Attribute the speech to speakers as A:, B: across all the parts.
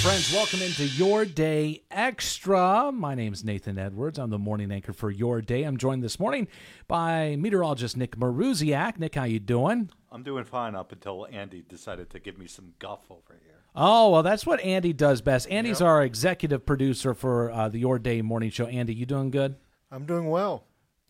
A: friends, welcome into Your Day Extra. My name's Nathan Edwards. I'm the morning anchor for Your Day. I'm joined this morning by meteorologist Nick Maruziak. Nick, how you doing?
B: I'm doing fine up until Andy decided to give me some guff over here.
A: Oh, well, that's what Andy does best. Andy's our executive producer for uh, the Your Day Morning Show. Andy, you doing good?
C: I'm doing well.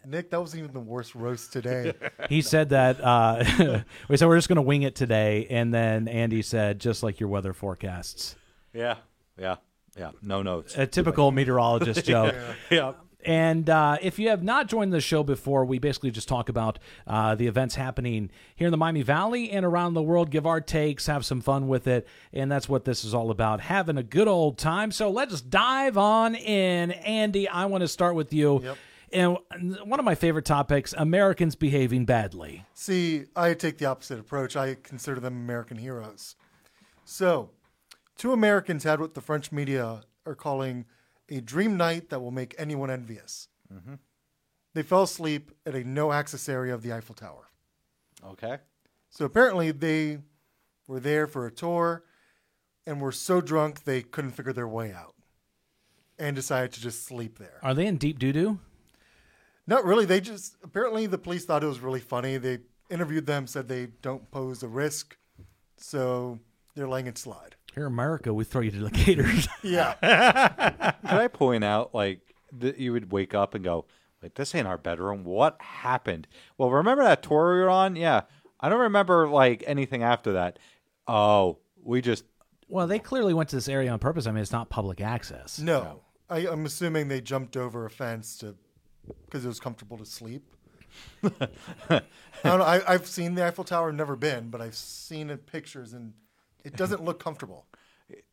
C: Nick, that was even the worst roast today.
A: He said that uh, we said we're just going to wing it today, and then Andy said, just like your weather forecasts,
B: Yeah, yeah, yeah. No notes.
A: a typical meteorologist joke.
B: yeah.
A: And uh, if you have not joined the show before, we basically just talk about uh, the events happening here in the Miami Valley and around the world, give our takes, have some fun with it. And that's what this is all about having a good old time. So let's dive on in. Andy, I want to start with you. And one of my favorite topics Americans behaving badly.
C: See, I take the opposite approach. I consider them American heroes. So, two Americans had what the French media are calling a dream night that will make anyone envious. They fell asleep at a no access area of the Eiffel Tower.
B: Okay.
C: So, apparently, they were there for a tour and were so drunk they couldn't figure their way out and decided to just sleep there.
A: Are they in deep doo doo?
C: Not really. They just apparently the police thought it was really funny. They interviewed them, said they don't pose a risk, so they're letting it slide.
A: Here in America, we throw you to the gators.
C: Yeah,
B: Could I point out, like, that you would wake up and go, "Wait, this ain't our bedroom. What happened?" Well, remember that tour we were on? Yeah, I don't remember like anything after that. Oh, we just
A: well, they clearly went to this area on purpose. I mean, it's not public access.
C: no. I, I'm assuming they jumped over a fence to because it was comfortable to sleep. I don't know. I, I've seen the Eiffel Tower, never been, but I've seen it pictures, and it doesn't look comfortable.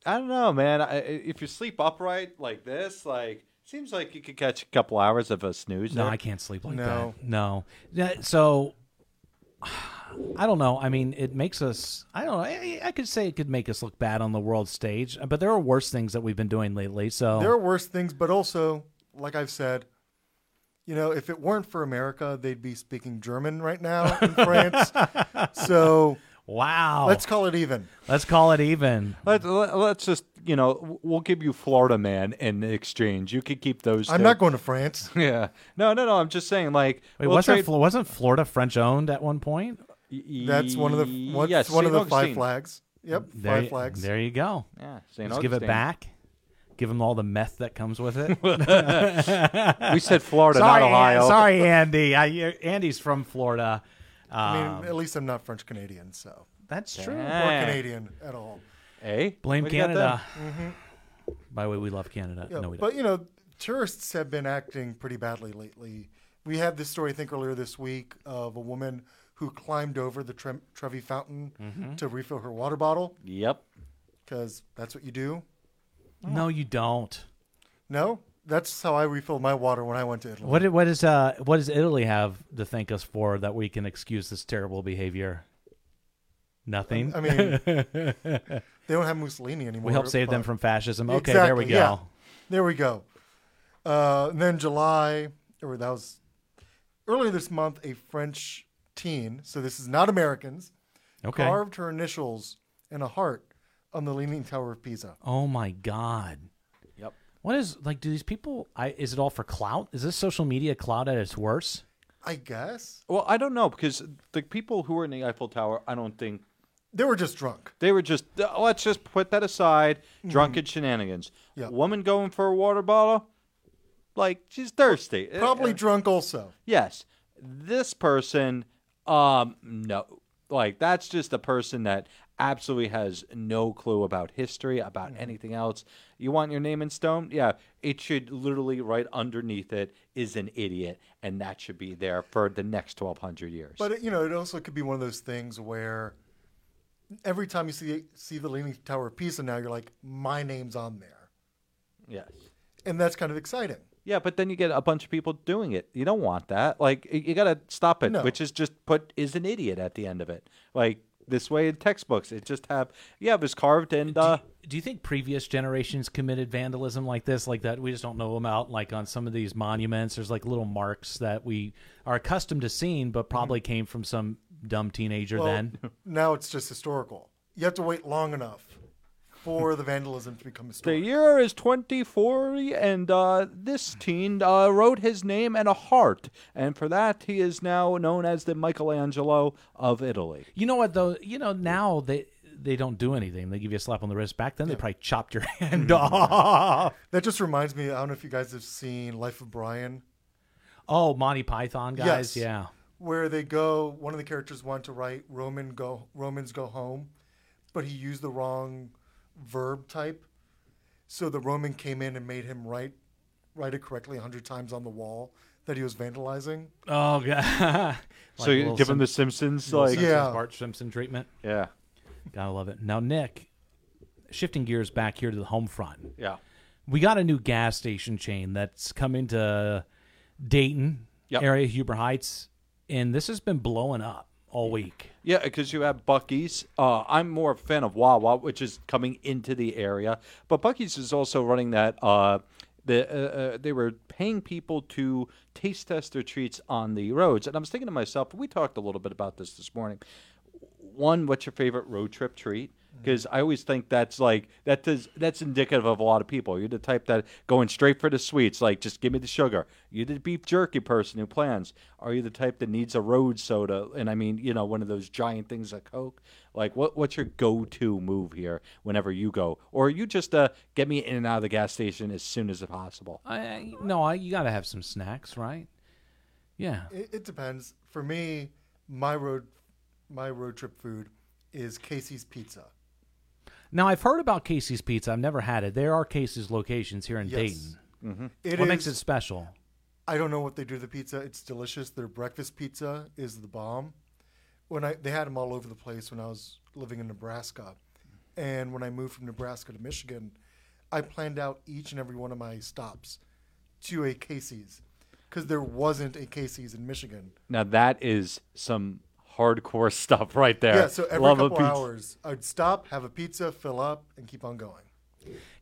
B: I don't know, man. I, if you sleep upright like this, like seems like you could catch a couple hours of a snooze.
A: No,
B: there.
A: I can't sleep like
C: No.
A: that. No. That- So I don't know. I mean, it makes us. I don't know. I, I could say it could make us look bad on the world stage, but there are worse things that we've been doing lately. So
C: There are worse things, but also, like I've said, you know, if it weren't for America, they'd be speaking German right now in France. so
A: wow.
C: let's call it even.
A: let's call it even.
B: Let, let, let's just, you know, w- we'll give you Florida Man in exchange. You could keep those.
C: I'm
B: two.
C: not going to France.
B: Yeah. No, no, no. I'm just saying, like,
A: Wait,
B: we'll
A: wasn't,
B: trade-
A: Fl- wasn't Florida French owned at one point?
C: That's one of the what's
B: Yes,
C: one of the
B: St.
C: five
B: Augustine.
C: flags. Yep,
A: There,
C: five
A: y-
C: flags.
A: There you go.
B: Yeah, St.
A: Let's give it
B: Augustine.
A: back. Give them all the meth that comes with it.
B: We said Florida,
A: sorry,
B: not Ohio.
A: An- sorry, Andy. I, Andy's from Florida.
C: I
A: Uh,
C: mean, at least I'm not French Canadian, so
A: that's true.
B: Yeah.
C: Canadian at all.
B: Hey,
A: Blame
B: what do you got Mm-hmm.
A: Canada. By the way, we love Canada.
C: Yeah,
A: no, we don't.
C: but you know, tourists have been acting pretty badly lately. We had this story, I think, earlier this week of a woman who climbed over the Tre- Trevi Fountain
A: Mm-hmm.
C: to refill her water bottle
B: there? Yep.
C: because that's what you do.
A: No, you don't.
C: No, that's how I refilled my water when I went to Italy.
A: What did- what is uh what does Italy have to thank us for that we can excuse this terrible behavior? Nothing.
C: I mean, they don't have Mussolini anymore.
A: we help save them
C: but-
A: from fascism. Okay, there we go.
C: Exactly, yeah. There we go. Uh, and then July, or that was earlier this month, a French teen, so this is not Americans,
A: Okay.
C: carved her initials and a heart on the Leaning Tower of Pisa.
A: Oh my god.
B: Yep.
A: What is like do these people I is it all for clout? Is this social media clout at its worst?
C: I guess
B: Well, I don't know because the people who were in the Eiffel Tower, I don't think
C: they were just drunk.
B: They were just uh, let's just put that aside.
C: Mm-hmm.
B: Drunken shenanigans.
C: Yeah.
B: Woman going for a water bottle, like she's thirsty. Uh,
C: Probably
B: uh,
C: drunk also.
B: yes. This person, um, no, like that's just a person that absolutely has no clue about history, about
C: Mm-hmm.
B: anything else. You want your name in stone? Yeah, it should literally right underneath it is an idiot, and that should be there for the next twelve hundred years.
C: But it- you know, it also could be one of those things where every time you see see the Leaning Tower of Pisa now, you're like, my name's on there,
B: yes.
C: and that's kind of exciting.
B: Yeah, but then you get a bunch of people doing it. You don't want that. Like y- you got to stop it,
C: No.
B: which is just put is an idiot at the end of it. Like this way in textbooks, it just have yeah, it was carved and uh,
A: Do you think previous generations committed vandalism like this, like that? We just don't know about. Like on some of these monuments, there's like little marks that we are accustomed to seeing, but probably came from some dumb teenager.
C: Mm-hmm. Well,
A: then
C: now it's just historical. You have to wait long enough for the vandalism to become
B: The
C: historic.
B: year is 2040, and uh, this teen uh, wrote his name and a heart, and for that he is now known as the Michelangelo of Italy.
A: You know what though? You know now they they don't do anything. They give you a slap on the wrist. Back then they probably chopped your hand
B: Mm-hmm.
A: off.
C: That just reminds me. I don't know if you guys have seen Life of Brian,
A: Oh, Monty Python guys.
C: Yes.
A: Yeah.
C: where they go. One of the characters wanted to write Roman go Romans go home, but he used the wrong verb type, so the Roman came in and made him write write it correctly hundred times on the wall that he was vandalizing.
A: Oh god.
B: so you give him the Simpsons, like
C: Simpsons.
A: yeah.
C: Yeah.
A: Bart Simpson treatment.
B: yeah,
A: Gotta love it. Now Nick, shifting gears back here to the home front.
B: yeah,
A: we got a new gas station chain that's come into Dayton
B: Yep.
A: area, Huber Heights, and this has been blowing up all week.
B: yeah, because you have Bucky's. Uh, I'm more a fan of Wawa, which is coming into the area, but Bucky's is also running that. Uh, the, uh, uh, they were paying people to taste test their treats on the roads, and I was thinking to myself, we talked a little bit about this this morning. one, what's your favorite road trip treat? Because I always think that's like that does that's indicative of a lot of people. You're the type that going straight for the sweets, like just give me the sugar. You're the beef jerky person who plans. Are you the type that needs a road soda? And I mean, you know, one of those giant things like Coke. Like, what what's your go-to move here whenever you go, or are you just uh get me in and out of the gas station as soon as possible?
A: I, I- no, I, you got to have some snacks, right? Yeah.
C: It, it depends. For me, my road my road trip food is Casey's Pizza.
A: Now I've heard about Casey's Pizza. I've never had it. There are Casey's locations here in
C: Yes.
A: Dayton.
C: It
A: what makes
C: is-
A: it special?
C: I don't know what they do to the pizza. It's delicious. Their breakfast pizza is the bomb. When I they had them all over the place when I was living in Nebraska, and when I moved from Nebraska to Michigan, I planned out each and every one of my stops to a Casey's because there wasn't a Casey's in Michigan.
B: Now that is some hardcore stuff right there.
C: Yeah, so every
B: Love a
C: couple
B: pizza.
C: hours, I'd stop, have a pizza, fill up, and keep on going.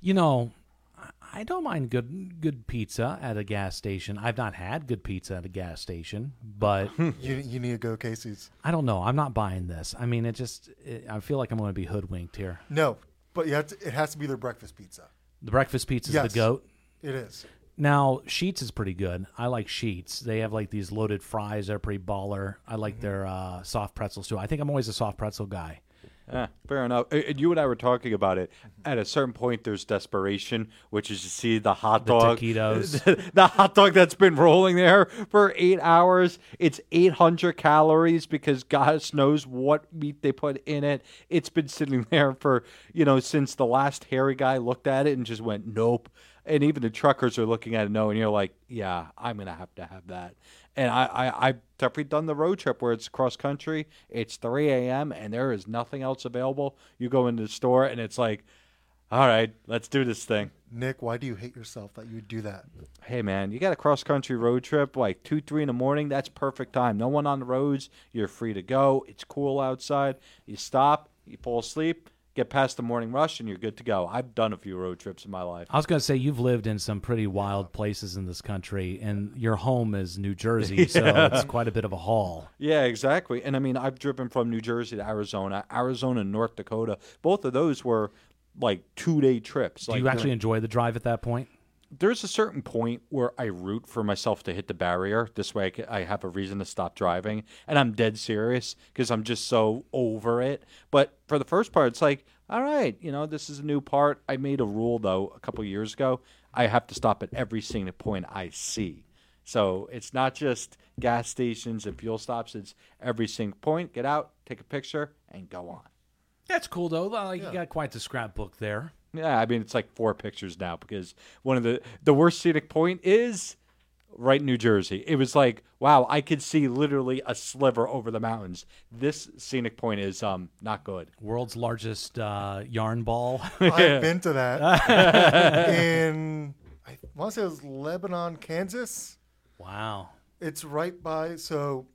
A: You know, I- I don't mind good good pizza at a gas station. I've not had good pizza at a gas station, but
C: You you need to go Casey's.
A: I don't know. I'm not buying this. I mean, it just it, I feel like I'm going to be hoodwinked here.
C: No, but you have to, it has to be their breakfast pizza.
A: The breakfast pizza's
C: Yes.
A: the goat.
C: It is.
A: Now Sheets is pretty good. I like Sheets. They have like these loaded fries. They're pretty baller. I like
C: Mm-hmm.
A: their uh, soft pretzels too. I think I'm always a soft pretzel guy.
B: Yeah, Eh, fair enough. A- And you and I were talking about it. At a certain point, there's desperation, which is to see the hot
A: The
B: dog,
A: taquitos.
B: the, hot dog that's been rolling there for eight hours. It's 800 calories because gosh knows what meat they put in it. It's been sitting there for you know since the last hairy guy looked at it and just went nope. And even the truckers are looking at it no, and you're like, yeah, I'm gonna have to have that. And I, I, I've definitely done the road trip where it's cross country. It's 3 a.m. and there is nothing else available. You go into the store and it's like, all right, let's do this thing.
C: Nick, why do you hate yourself that you would do that?
B: Hey man, you got a cross country road trip like two, three in the morning. That's perfect time. No one on the roads. You're free to go. It's cool outside. You stop. You fall asleep. Get past the morning rush, and you're good to go. I've done a few road trips in my life.
A: I was going to say you've lived in some pretty wild places in this country, and your home is New Jersey, so it's quite a bit of a haul.
B: Yeah, exactly. And I mean, I've driven from New Jersey to Arizona, Arizona, and North Dakota. Both of those were like two day trips.
A: Do
B: like,
A: you actually enjoy the drive at that point?
B: there's a certain point where I root for myself to hit the barrier. This way, I ca- I have a reason to stop driving, and I'm dead serious because I'm just so over it. But for the first part, it's like, all right, you know, this is a new part. I made a rule though a couple years ago. I have to stop at every single point I see. So it's not just gas stations and fuel stops. It's every single point. Get out, take a picture, and go on.
A: That's cool though. Like, You got quite the scrapbook there.
B: Yeah, I mean it's like four pictures now because one of the the worst scenic point is right in New Jersey. It was like, wow, I could see literally a sliver over the mountains. This scenic point is um not good.
A: World's largest uh, yarn ball.
C: I've been to that in I want to say it was Lebanon, Kansas.
A: wow.
C: It's right by so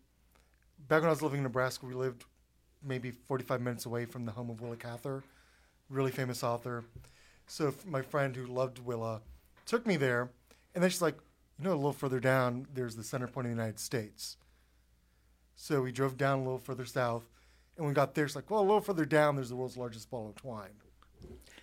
C: back when I was living in Nebraska, we lived maybe 45 minutes away from the home of Willa Cather, really famous author. So f- my friend who loved Willa took me there, and then she's like, you know, a little further down, there's the center point of the United States. So we drove down a little further south, and when we got there, it's like, well, a little further down, there's the world's largest ball of twine.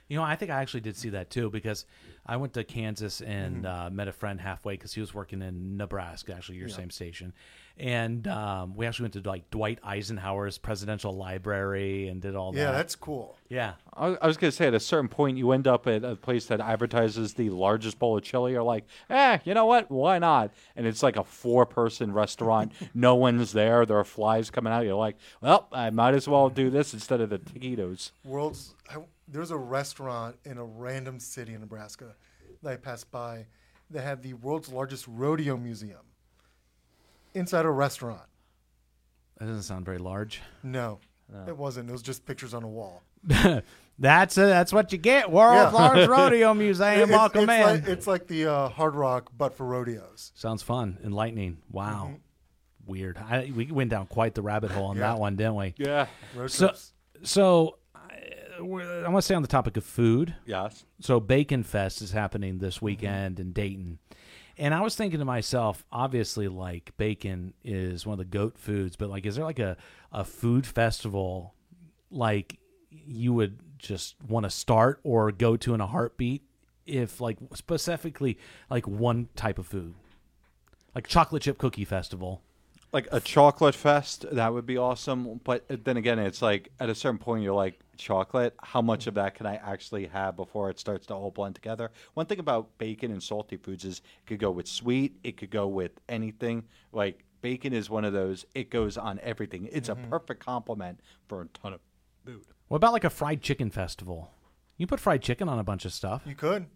A: You know, I think I actually did see that too because I went to Kansas and uh, met a friend halfway because he was working in Nebraska, actually your same station, and um, we actually went to like Dwight Eisenhower's presidential library and did all
C: Yeah,
A: that.
C: that's cool.
A: Yeah,
B: I I was gonna say at a certain point you end up at a place that advertises the largest bowl of chili. You're like, eh, you know what? Why not? And it's like a four-person restaurant. no one's there. There are flies coming out. You're like, well, I might as well do this instead of the taquitos.
C: World's I, there's a restaurant in a random city in Nebraska that I passed by that had the world's largest rodeo museum inside a restaurant.
A: that doesn't sound very large.
C: No, it wasn't. It was just pictures on a wall.
A: That's uh that's what you get. World's
C: Yeah.
A: largest rodeo museum.
C: It's-
A: Welcome
C: it's
A: in.
C: like, it's like the uh, Hard Rock, but for rodeos.
A: Sounds fun, enlightening. Wow, weird. I, we went down quite the rabbit hole on
C: Mm-hmm. Yeah.
A: that one, didn't we?
B: Yeah.
C: Road
A: So,
C: trips.
A: so I, we're- I want to stay on the topic of food.
B: Yes.
A: So Bacon Fest is happening this weekend in Dayton. And I was thinking to myself, obviously, like bacon is one of the goat foods, but like, is there like a, a food festival like you would just want to start or go to in a heartbeat if like specifically like one type of food, like chocolate chip cookie festival?
B: like a chocolate fest that would be awesome but then again it's like at a certain point you're like chocolate how much of that can i actually have before it starts to all blend together one thing about bacon and salty foods is it could go with sweet it could go with anything like bacon is one of those it goes on everything it's a
A: Mm-hmm.
B: perfect complement for a ton of food
A: What about like a fried chicken festival? You put fried chicken on a bunch of stuff.
C: You could.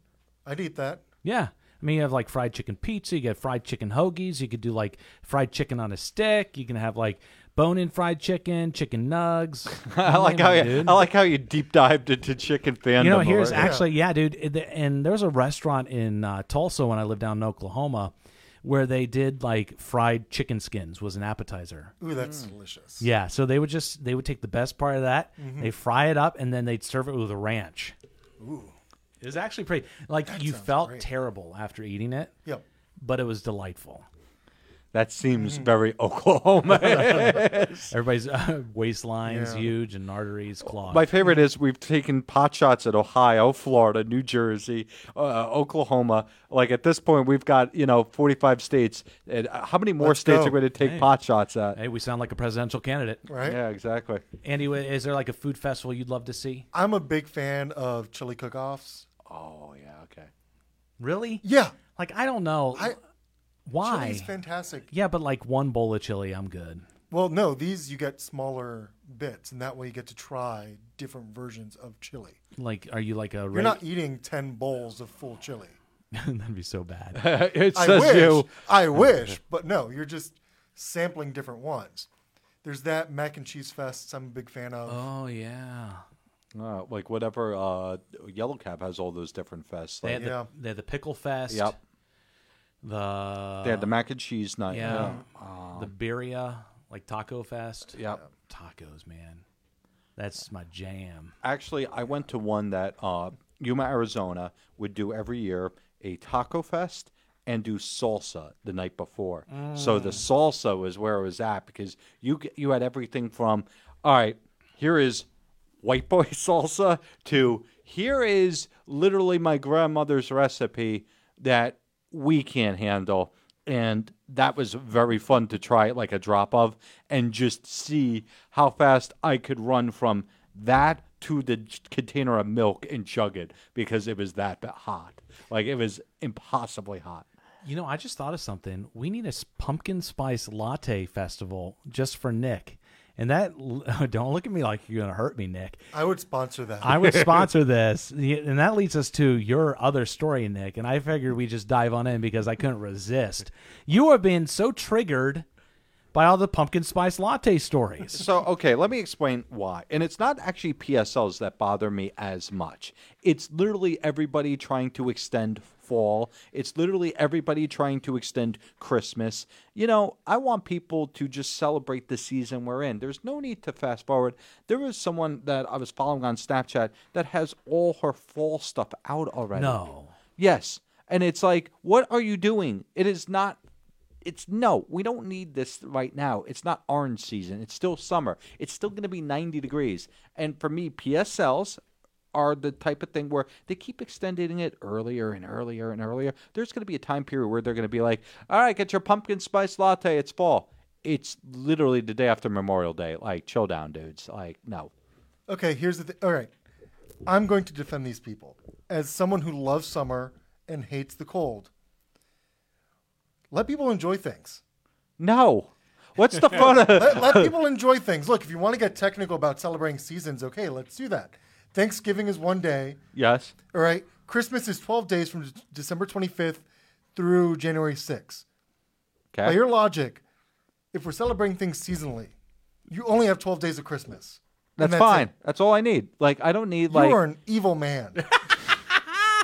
C: I'd eat that.
A: Yeah. I mean, you have like fried chicken pizza, you get fried chicken hoagies, you could do like fried chicken on a stick, you can have like bone in fried chicken, chicken nugs.
B: I like how you,
A: Mm-hmm. Dude.
B: I like how you deep dived into chicken fandom.
A: You know, here's
B: already.
A: actually, yeah, dude. it- the- And there's a restaurant in uh, Tulsa when I lived down in Oklahoma where they did like fried chicken skins was an appetizer.
C: Ooh, that's delicious.
A: Yeah, so they would just they would take the best part of that, they fry it up, and then they'd serve it with a ranch.
C: Ooh.
A: It was actually pretty. Like you
C: sounds
A: felt
C: great.
A: terrible after eating it,
C: Yep.
A: but it was delightful.
B: that seems
A: Mm-hmm.
B: very Oklahoma.
A: Everybody's uh, waistline's
C: Yeah.
A: huge and arteries clogged.
B: My favorite is we've taken pot shots at Ohio, Florida, New Jersey, uh, Oklahoma. Like at this point, we've got you know 45 states. And uh, how many more
C: Let's
B: states
C: go.
B: are going to take pot shots at?
A: hey, we sound like a presidential candidate.
C: Right.
B: Yeah, exactly.
A: Andy, wh- is there like a food festival you'd love to see?
C: I'm a big fan of chili cook-offs.
B: Oh yeah, okay.
A: Really?
C: Yeah.
A: Like I don't know.
C: I-
A: Why?
C: Chili's fantastic.
A: yeah, but like one bowl of chili, I'm good.
C: Well, no, these you get smaller bits, and that way you get to try different versions of chili.
A: Like, are you like a?
C: You're not eating ten bowls of full chili.
A: That'd be so bad.
B: it
C: I
B: says
C: wish.
B: you.
C: I wish, but no, you're just sampling different ones. There's that mac and cheese fest. I'm a big fan of.
A: oh yeah.
B: Uh, like whatever. Uh, Yellow Cab has all those different fests.
A: They had,
B: Like,
C: Yeah.
A: the, they had the pickle fest.
B: Yep.
A: The
B: they had the mac and cheese night.
A: yeah, the birria like taco fest.
B: Yep.
A: Tacos, man. That's my jam.
B: Actually, I went to one that uh, Yuma, Arizona would do every year a taco fest and do salsa the night before. So the salsa was where it was at because you g- you had everything from all right, here is white boy salsa to here is literally my grandmother's recipe that we can't handle and that was very fun to try like a drop of and just see how fast I could run from that to the j- container of milk and chug it because it was that bit hot. Like it was impossibly hot.
A: You know, I just thought of something. We need a s- pumpkin spice latte festival just for Nick. And that don't look at me like you're going to hurt me, Nick.
C: I would sponsor that.
A: I would sponsor this. Y- And that leads us to your other story, Nick. And I figured we just dive on in because I couldn't resist. You have been so triggered by all the pumpkin spice latte stories.
B: So, okay, let me explain why. And it's not actually PSLs that bother me as much. It's literally everybody trying to extend fall. It's literally everybody trying to extend Christmas. You know, I want people to just celebrate the season we're in. There's no need to fast forward. There was someone that I was following on Snapchat that has all her fall stuff out already.
A: No.
B: Yes. And it's like, what are you doing? It is not. It's no, we don't need this right now. It's not orange season. It's still summer. It's still going to be 90 degrees. And for me, PSLs are the type of thing where they keep extending it earlier and earlier and earlier. There's going to be a time period where they're going to be like, all right, get your pumpkin spice latte. It's fall. It's literally the day after Memorial Day. Like, chill down, dudes. Like, no.
C: Okay, here's the thing. All right. I'm going to defend these people as someone who loves summer and hates the cold. Let people enjoy things.
B: No. What's the fun of
C: Let, let people enjoy things. Look, if you want to get technical about celebrating seasons, okay, let's do that. Thanksgiving is one day.
B: Yes.
C: All right. Christmas is 12 days from De- December 25th through January 6th. By
B: Okay.
C: your logic, if we're celebrating things seasonally, you only have 12 days of Christmas.
B: That's,
C: And
B: fine.
C: it.
B: That's all I need. Like, I don't need,
C: you are
B: like,
C: an evil man.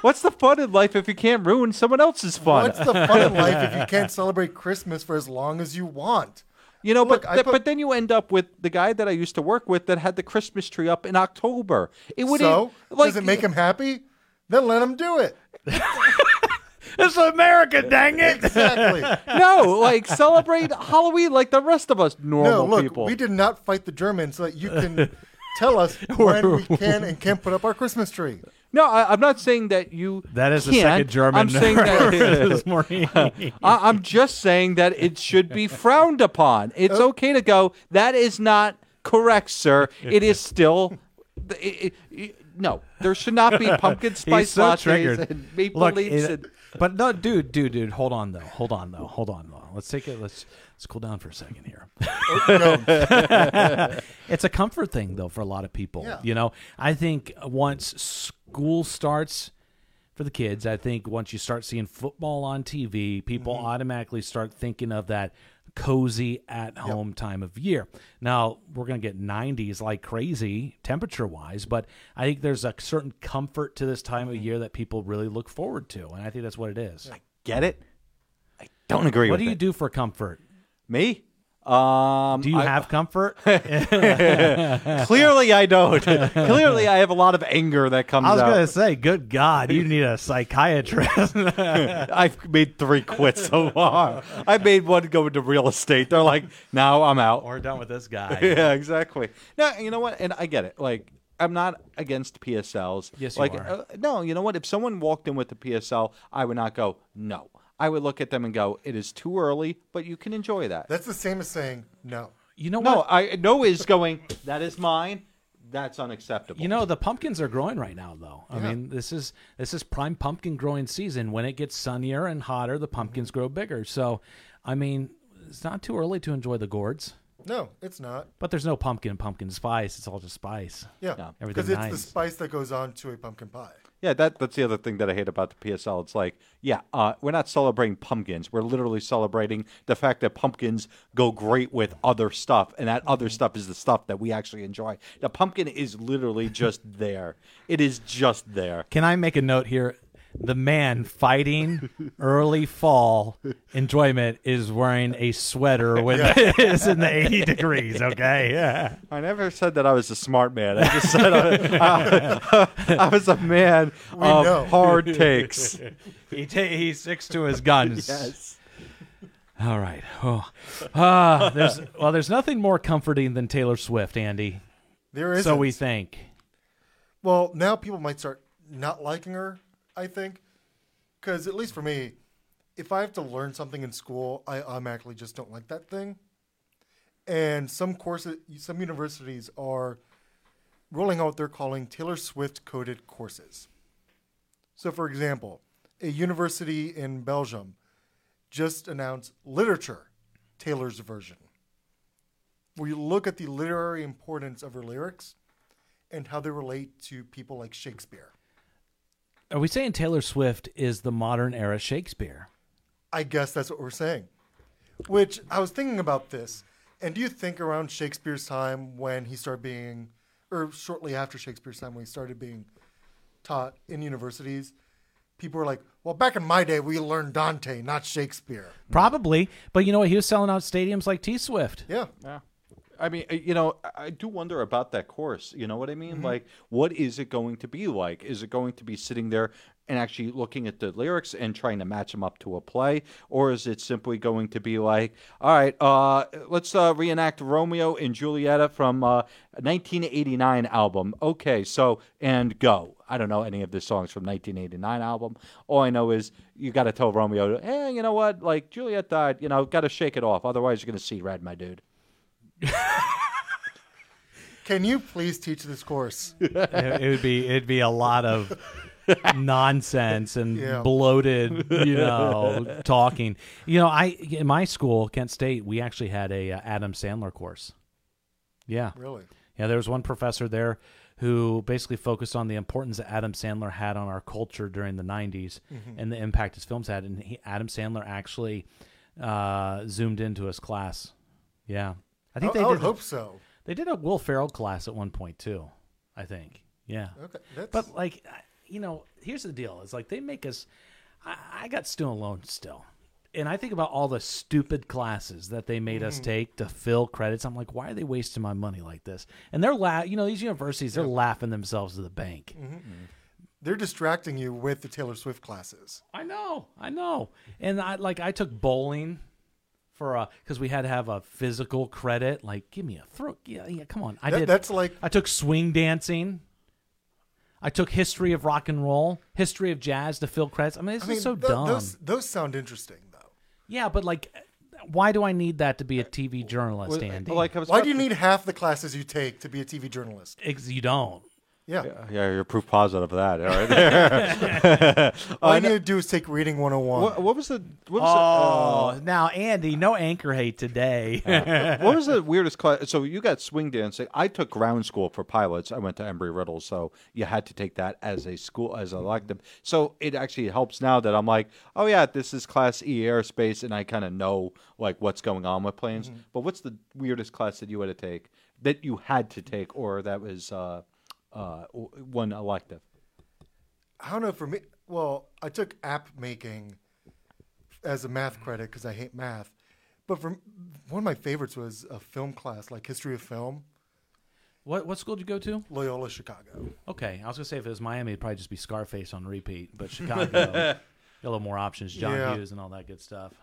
B: what's the fun in life if you can't ruin someone else's fun?
C: What's the fun in life if you can't celebrate Christmas for as long as you want?
B: You know,
C: Look,
B: but
C: I
B: th-
C: put-
B: but then you end up with the guy that I used to work with that had the Christmas tree up in October. It would
C: so,
B: like,
C: does it make him happy? Then let him do it.
A: This is America, dang it!
C: Exactly.
B: no like celebrate Halloween like the rest of us
C: no,
B: normal
C: look,
B: people.
C: we did not fight the Germans so that you can tell us when we can and can't put up our Christmas tree.
B: no, I, I'm not saying that you.
A: That is the
B: can't.
A: second German
B: I'm saying that.
A: this morning.
B: I, I'm just saying that it should be frowned upon. It's
A: Oh.
B: okay to go. That is not correct, sir. It is still. It, it, it, no, there should not be pumpkin spice
A: He's so
B: lattes
A: triggered.
B: and maple
A: Look,
B: leaves.
A: it-
B: and,
A: but no, dude, dude, dude, hold on though, hold on though, hold on though. Let's take it. Let's let's cool down for a second here. it's a comfort thing though for a lot of people.
C: Yeah.
A: You know, I think once school starts for the kids, I think once you start seeing football on TV, people automatically start thinking of that cozy at home time of year. Now, we're going to get 90s like crazy temperature wise, but I think there's a certain comfort to this time of year that people really look forward to, and I think that's what it is.
B: get it? I don't agree
A: What
B: with
A: do you
B: it.
A: do for comfort?
B: Me? Um,
A: Do you
B: I-
A: have comfort?
B: clearly I don't. clearly I have a lot of anger that comes
A: I was
B: out.
A: going to say, good God, you need a psychiatrist.
B: I've made three quits so far. I made one go into real estate. They're like, now I'm out.
A: We're done with this guy.
B: yeah, exactly. No, you know what? And I get it. Like, I'm not against PSLs.
A: Yes, you
B: like,
A: are.
B: Uh, no, you know what? If someone walked in with a PSL, I would not go, no. I would look at them and go, it is too early, but you can enjoy that.
C: That's the same as saying no.
A: You know
B: no,
A: what?
B: I no is going, that is mine. That's unacceptable.
A: You know the pumpkins are growing right now, though. I mean, this is this is prime pumpkin growing season. When it gets sunnier and hotter, the pumpkins
C: Mm-hmm.
A: grow bigger. So, I mean, it's not too early to enjoy the gourds.
C: No, it's not.
A: But there's no pumpkin, pumpkin spice. It's all just spice.
C: Yeah,
B: No.
C: because
A: Everything
C: it's the
A: nice.
C: spice that goes on to a pumpkin pie.
B: Yeah, that that's the other thing that I hate about the PSL. It's like, yeah, uh, we're not celebrating pumpkins. We're literally celebrating the fact that pumpkins go great with other stuff, and that other stuff is the stuff that we actually enjoy. The pumpkin is literally just there. It is just there.
A: Can I make a note here? The man fighting early fall enjoyment is wearing a sweater when it is in the 80 degrees. Okay, yeah.
B: I never said that I was a smart man. I just said I, I- I was a man of
C: know.
B: hard takes.
A: He ta- he sticks to his guns.
B: yes.
A: All right. Oh. Ah, there's well, there's nothing more comforting than Taylor Swift, Andy.
C: There is
A: So we think.
C: Well, now people might start not liking her, I think. Because, at least for me, if I have to learn something in school, I automatically just don't like that thing. And some courses, some universities are rolling out what they're calling Taylor Swift coded courses. So, for example, a university in Belgium just announced literature, Taylor's version, where you look at the literary importance of her lyrics and how they relate to people like Shakespeare.
A: Are we saying Taylor Swift is the modern era Shakespeare?
C: I guess that's what we're saying. Which I was thinking about this, and do you think around Shakespeare's time when he started being, or shortly after Shakespeare's time when he started being taught in universities, people were like, well, back in my day, we learned Dante, not Shakespeare.
A: Probably, but you know what? He was selling out stadiums like T Swift.
C: Yeah.
B: Yeah. I mean, uh, you know, I- I do wonder about that course. You know what I mean? Like, what is it going to be like? Is it going to be sitting there and actually looking at the lyrics and trying to match them up to a play, or is it simply going to be like, all right, uh, let's uh, reenact Romeo and Juliet from uh, 1989 album? Okay, so and go. I don't know any of the songs from 1989 album. All I know is you got to tell Romeo, hey, you know what? Like Juliet died, you know, got to shake it off. Otherwise, you're gonna see red, my dude.
C: Can you please teach this course?
A: it, it would be it'd be a lot of nonsense and
C: Yeah.
A: bloated, you know, talking. You know, I in my school, Kent State, we actually had a uh, Adam Sandler course. Yeah,
C: Really?
A: yeah. There was one professor there who basically focused on the importance that Adam Sandler had on our culture during the '90s and the impact his films had. And he, Adam Sandler actually uh, zoomed into his class. Yeah, I
C: I,
A: think
C: I
A: they
C: would
A: did.
C: hope so.
A: They did a Will Ferrell class at one point too. I think. Yeah.
C: Okay, that's,
A: But like, I- you know, here's the deal: is like they make us. I, I got student loan still, and I think about all the stupid classes that they made
C: Mm.
A: us take to fill credits. I'm like, why are they wasting my money like this? And they're la- you know, these universities they're laughing themselves to the bank.
C: Mm-hmm. they're distracting you with the Taylor Swift classes.
A: I know, I know. And I like I took bowling for a because we had to have a physical credit. Like, give me a throw. Yeah, yeah. Come on, I
C: That-
A: did.
C: that's like-
A: I took swing dancing. I took history of rock and roll, history of jazz to fill credits. I mean, this
C: I mean,
A: is so
C: tho-
A: dumb.
C: Those, those sound interesting, though.
A: Yeah, but like, why do I need that to be a TV journalist, Andy?
B: Like I was
C: Why
B: about
C: do you
B: to-
C: need half the classes you take to be a TV journalist?
A: Ex- you don't.
C: Yeah.
B: Uh, Yeah, you're proof positive of that. All right, there.
C: All you need to do is take Reading 101.
B: what, what was the what was the,
A: Oh, now Andy, no anchor hate today.
B: uh, what was the weirdest class? So you got swing dancing. I took ground school for pilots. I went to Embry Riddle, so you had to take that as a school as an elective. So it actually helps now that I'm like, oh yeah, this is Class E airspace, and I kind of know like what's going on with planes.
C: Mm-hmm.
B: But what's the weirdest class that you had to take that you had to take, or that was uh, uh, o- one elective?
C: I don't know for me. Well, I took app making as a math credit because I hate math. But from one of my favorites was a film class, like history of film,
A: what what school did you go to?
C: Loyola Chicago.
A: Okay, I was gonna say if it was Miami, it'd probably just be Scarface on repeat, but Chicago, got a little more options, John
C: Yeah.
A: Hughes and all that good stuff.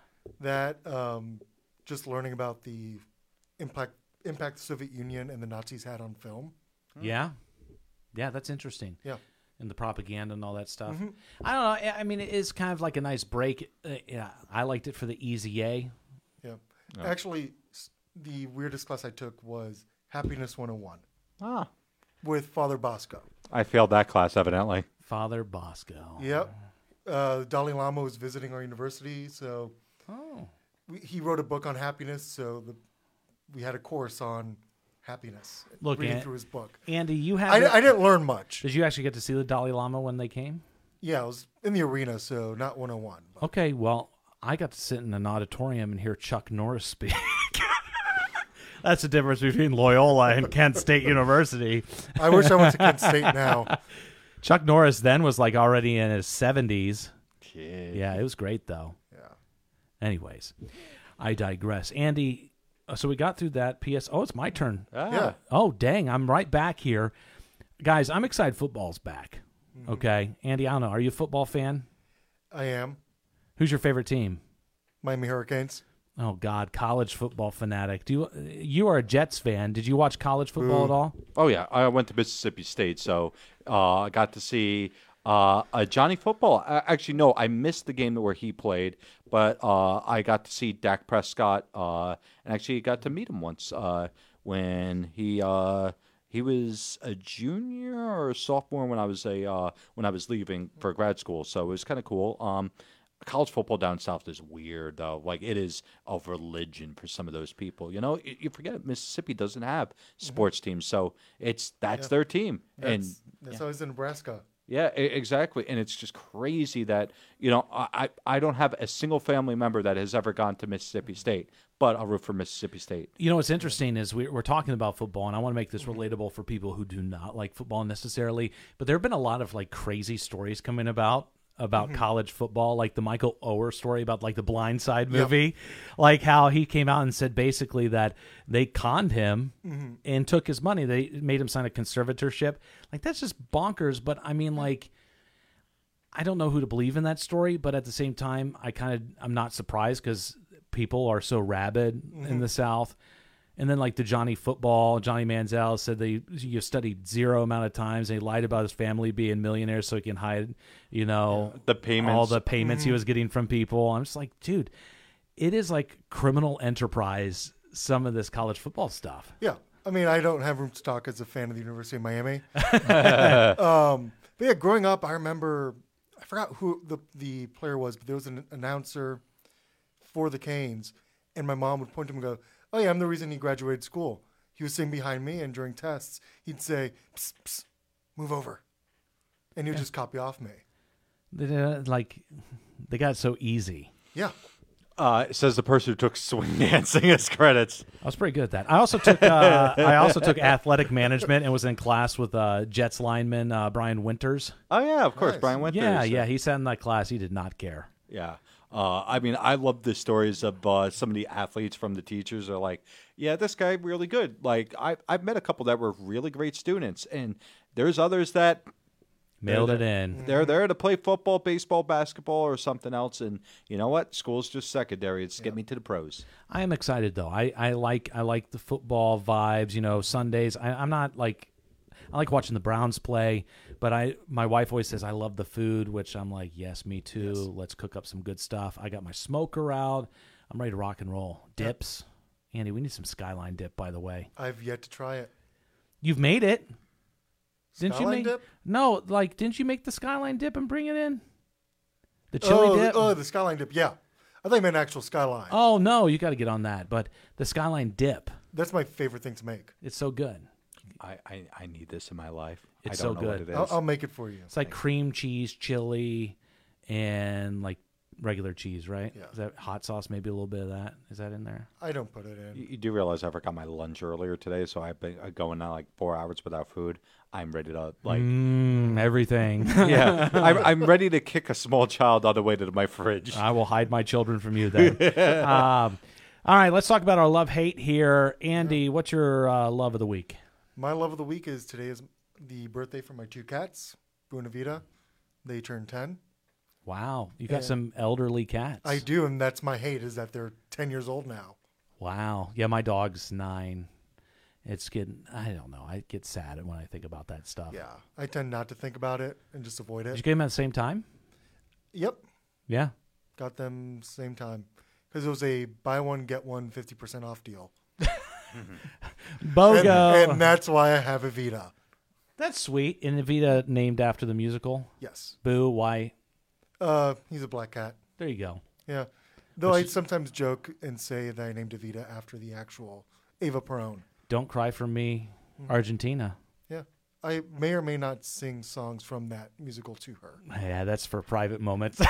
C: That um, just learning about the impact impact the Soviet Union and the Nazis had on film.
A: Yeah, yeah, that's interesting.
C: Yeah,
A: And the propaganda and all that stuff.
C: Mm-hmm.
A: I don't know. I- I mean, it is kind of like a nice break. Uh, yeah, I liked it for the easy A.
C: yeah. Actually, s- the weirdest class I took was Happiness 101
B: Ah,
C: with Father Bosco.
B: I failed that class evidently.
A: Father Bosco.
C: Yep. Uh, Dalai Lama was visiting our university, so
A: Oh,
C: we, he wrote a book on happiness, so the, we had a course on happiness.
A: Look,
C: reading
A: Ant-
C: through his book.
A: Andy, you have.
C: I, I didn't learn much.
A: did you actually get to see the Dalai Lama when they came?
C: Yeah, I was in the arena, so not 101. But
A: Okay, well, I got to sit in an auditorium and hear Chuck Norris speak. That's the difference between Loyola and Kent State University.
C: I wish I went to Kent State
A: Ah.
C: now.
A: Chuck Norris then was like already in his 70s. Yeah, it was great though.
C: Yeah.
A: Anyways, I digress. Andy, uh, so we got through that PS. Oh, it's my turn.
B: Ah.
C: Yeah.
A: Oh, dang, I'm right back here. Guys, I'm excited football's back. Okay. Andy, I don't know. Are you a football fan?
C: I am.
A: Who's your favorite team?
C: Miami Hurricanes.
A: Oh God, college football fanatic. Do you you are a Jets fan? Did you watch college football at all?
B: Oh yeah, I went to Mississippi State, so uh, I got to see uh, uh, Johnny Football. Uh, actually, no, I missed the game where he played, but uh, I got to see Dak Prescott, uh, and actually got to meet him once uh, when he uh, he was a junior or a sophomore when I was a uh, when I was leaving for grad school. So it was kind of cool. Um, college football down south is weird though like it is a religion for some of those people you know you, you forget mississippi doesn't have sports teams so it's that's their team and
C: That's, that's always in Nebraska.
B: yeah, e- exactly. And it's just crazy that, you know, I, I I don't have a single family member that has ever gone to Mississippi State, but I'll root for Mississippi State.
A: You know what's interesting is we, we're talking about football, and I want to make this relatable for people who do not like football necessarily. But there have been a lot of like crazy stories coming about about college football, like the Michael Oher story about like the Blind Side movie, like how he came out and said basically that they conned him and took his money. They made him sign a conservatorship. Like that's just bonkers. But I mean, like I don't know who to believe in that story, but at the same time, I kind of I'm not surprised because people are so rabid
B: Mm-hmm.
A: in the South. And then like the Johnny football, Johnny Manziel said they you studied zero amount of times and he lied about his family being millionaires so he can hide, you know,
B: The payments. Mm-hmm.
A: all the payments he was getting from people. I'm just like, dude, it is like criminal enterprise. Some of this college football stuff.
C: Yeah. I mean, I don't have room to talk as a fan of the University of Miami. um, but yeah, growing up, I remember, I forgot who the, the player was, but there was an announcer for the Canes. And my mom would point to him and go, Oh, yeah, I'm the reason he graduated school. He was sitting behind me, and during tests, he'd say, psst, psst, Move over. And he'd just copy off me.
A: They did- Like they got so easy.
C: Yeah.
B: Uh, says the person who took swing dancing as credits.
A: I was pretty good at that. I also took uh, I also took athletic management and was in class with uh, Jets lineman uh, Brian Winters.
B: Oh yeah, of course,
C: Nice.
B: Brian Winters.
A: Yeah, yeah, he sat in that class. He did not care.
B: Yeah. Uh, I mean, I love the stories of uh, some of the athletes from the teachers are like, yeah, this guy really good. Like, I, I've met a couple that were really great students, and there's others that
A: Mailed it in.
B: they're there to play football, baseball, basketball, or something else. And you know what? School's just secondary. It's get me to the pros.
A: I am excited though. I, I like I like the football vibes. You know, Sundays. I, I'm not like I like watching the Browns play, but I my wife always says I love the food, which I'm like, yes, me too. Let's cook up some good stuff. I got my smoker out. I'm ready to rock and roll. Dips, Andy. We need some skyline dip, by the way.
C: I've yet to try it.
A: You've made it. Didn't
C: Skyline
A: you make
C: dip?
A: No, like didn't you make the skyline dip and bring it in? The chili
C: Oh,
A: dip.
C: oh, the skyline dip. Yeah. I think I meant actual skyline.
A: oh no, you got to get on that. But the skyline dip,
C: That's my favorite thing to make.
A: it's so good.
B: I, I, I need this in my life.
A: It's
B: I don't
A: so
B: know
A: good. Oh,
B: What it
C: I'll,
B: is.
C: I'll make it for you.
A: It's like cream cheese, chili, and like regular cheese, right?
C: Yeah.
A: Is that hot sauce? Maybe a little bit of that. Is that in there?
C: I don't put it in.
B: you, you do realize I forgot my lunch earlier today, so I've been uh, going on like four hours without food. I'm ready to like,
A: Mm, everything.
B: yeah, I'm, I'm ready to kick a small child on the way to my fridge.
A: I will hide my children from you then. um, all right, let's talk about our love hate here, Andy. What's your uh, love of the week?
C: My love of the week is today is the birthday for my two cats, Buena Vida. They turned 10.
A: Wow, you got some elderly cats.
C: I do, and that's my hate is that they're 10 years old now.
A: Wow. Yeah, my dog's nine. It's getting. I don't know. I get sad when I think about that stuff.
C: Yeah. I tend not to think about it and just avoid
A: Did you
C: it.
A: get him at the same time?
C: Yep.
A: Yeah.
C: Got them same time. Because it was a buy one, get one 50% off deal.
A: Bogo.
C: And, and that's why I have a Vita.
A: That's sweet. And Evita named after the musical.
C: Yes.
A: Boo. Why?
C: Uh, he's a black cat.
A: There you go.
C: Yeah. Though I sometimes joke and say that I named Evita after the actual Ava Perone.
A: Don't cry for me, Argentina.
C: Yeah. I may or may not sing songs from that musical to her.
A: Yeah, that's for private moments.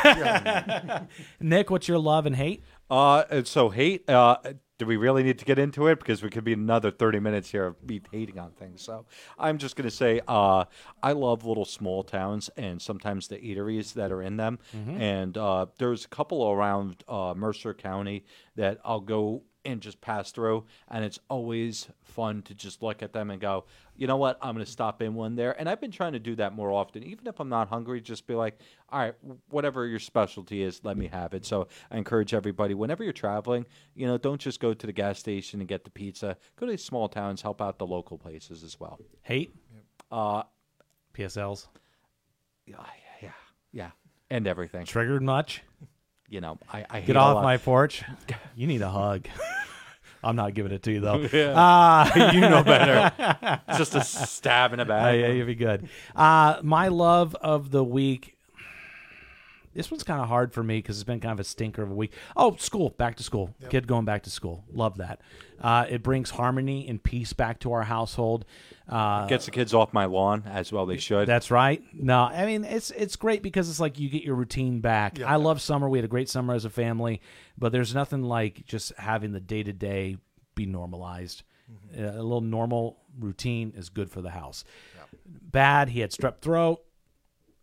A: Nick, what's your love and hate?
B: Uh, and so hate. Uh, do we really need to get into it? Because we could be another thirty minutes here of me hating on things. So I'm just gonna say, uh, I love little small towns and sometimes the eateries that are in them. And uh, there's a couple around uh, Mercer County that I'll go and just pass through, and it's always fun to just look at them and go, you know what, I'm gonna stop in one there. And I've been trying to do that more often, even if I'm not hungry, just be like, all right, whatever your specialty is, let me have it. So I encourage everybody, whenever you're traveling, you know, don't just go to the gas station and get the pizza. Go to these small towns, help out the local places as well.
A: Hate?
B: Uh,
A: PSLs.
B: yeah, yeah, yeah, and everything.
A: Triggered much?
B: You know, I, I hate
A: Get
B: a
A: off
B: lot-
A: my porch. You need a hug. I'm not giving it to you, though.
B: you know better. It's just a stab in the
A: Uh,
B: back.
A: yeah, you'd be good. Uh, my love of the week. This one's kind of hard for me because it's been kind of a stinker of a week. Oh, school, back to school. Kid going back to school. Love that. Uh, it brings harmony and peace back to our household. Uh,
B: Gets the kids off my lawn as well. They should.
A: that's right. No, I mean it's it's great because it's like you get your routine back. I love summer. We had a great summer as a family, but there's nothing like just having the day to day be normalized. Uh, a little normal routine is good for the house. Bad. He had strep throat,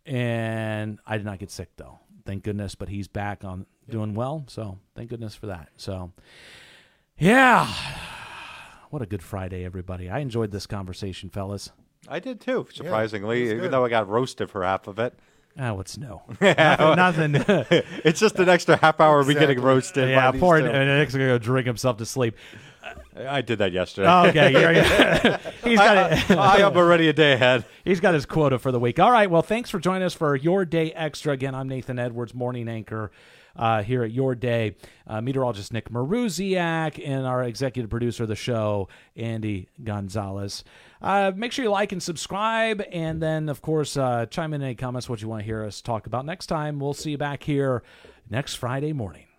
A: and I did not get sick though. Thank goodness. But he's back on doing well. So thank goodness for that. So, yeah. What a good Friday, everybody. I enjoyed this conversation, fellas.
B: I did too, surprisingly,
C: was
B: even
C: good.
B: though I got roasted for half of it.
A: Oh, it's no.
D: Nothing. nothing.
B: It's just an extra half hour we getting
C: Exactly.
B: roasted.
D: yeah,
B: by these
D: poor
B: two.
D: Nick's gonna go drink himself to sleep.
B: I did that yesterday.
A: Oh.
D: Okay, you're- he's got it.
B: I, I am already a day ahead.
A: He's got his quota for the week. All right. Well, thanks for joining us for Your Day Extra. Again, I'm Nathan Edwards, morning anchor uh, here at Your Day. Uh, meteorologist Nick Maruziak and our executive producer of the show, Andy Gonzalez. Uh, make sure you like and subscribe. And then, of course, uh, chime in any comments, what you want to hear us talk about next time. We'll see you back here next Friday morning.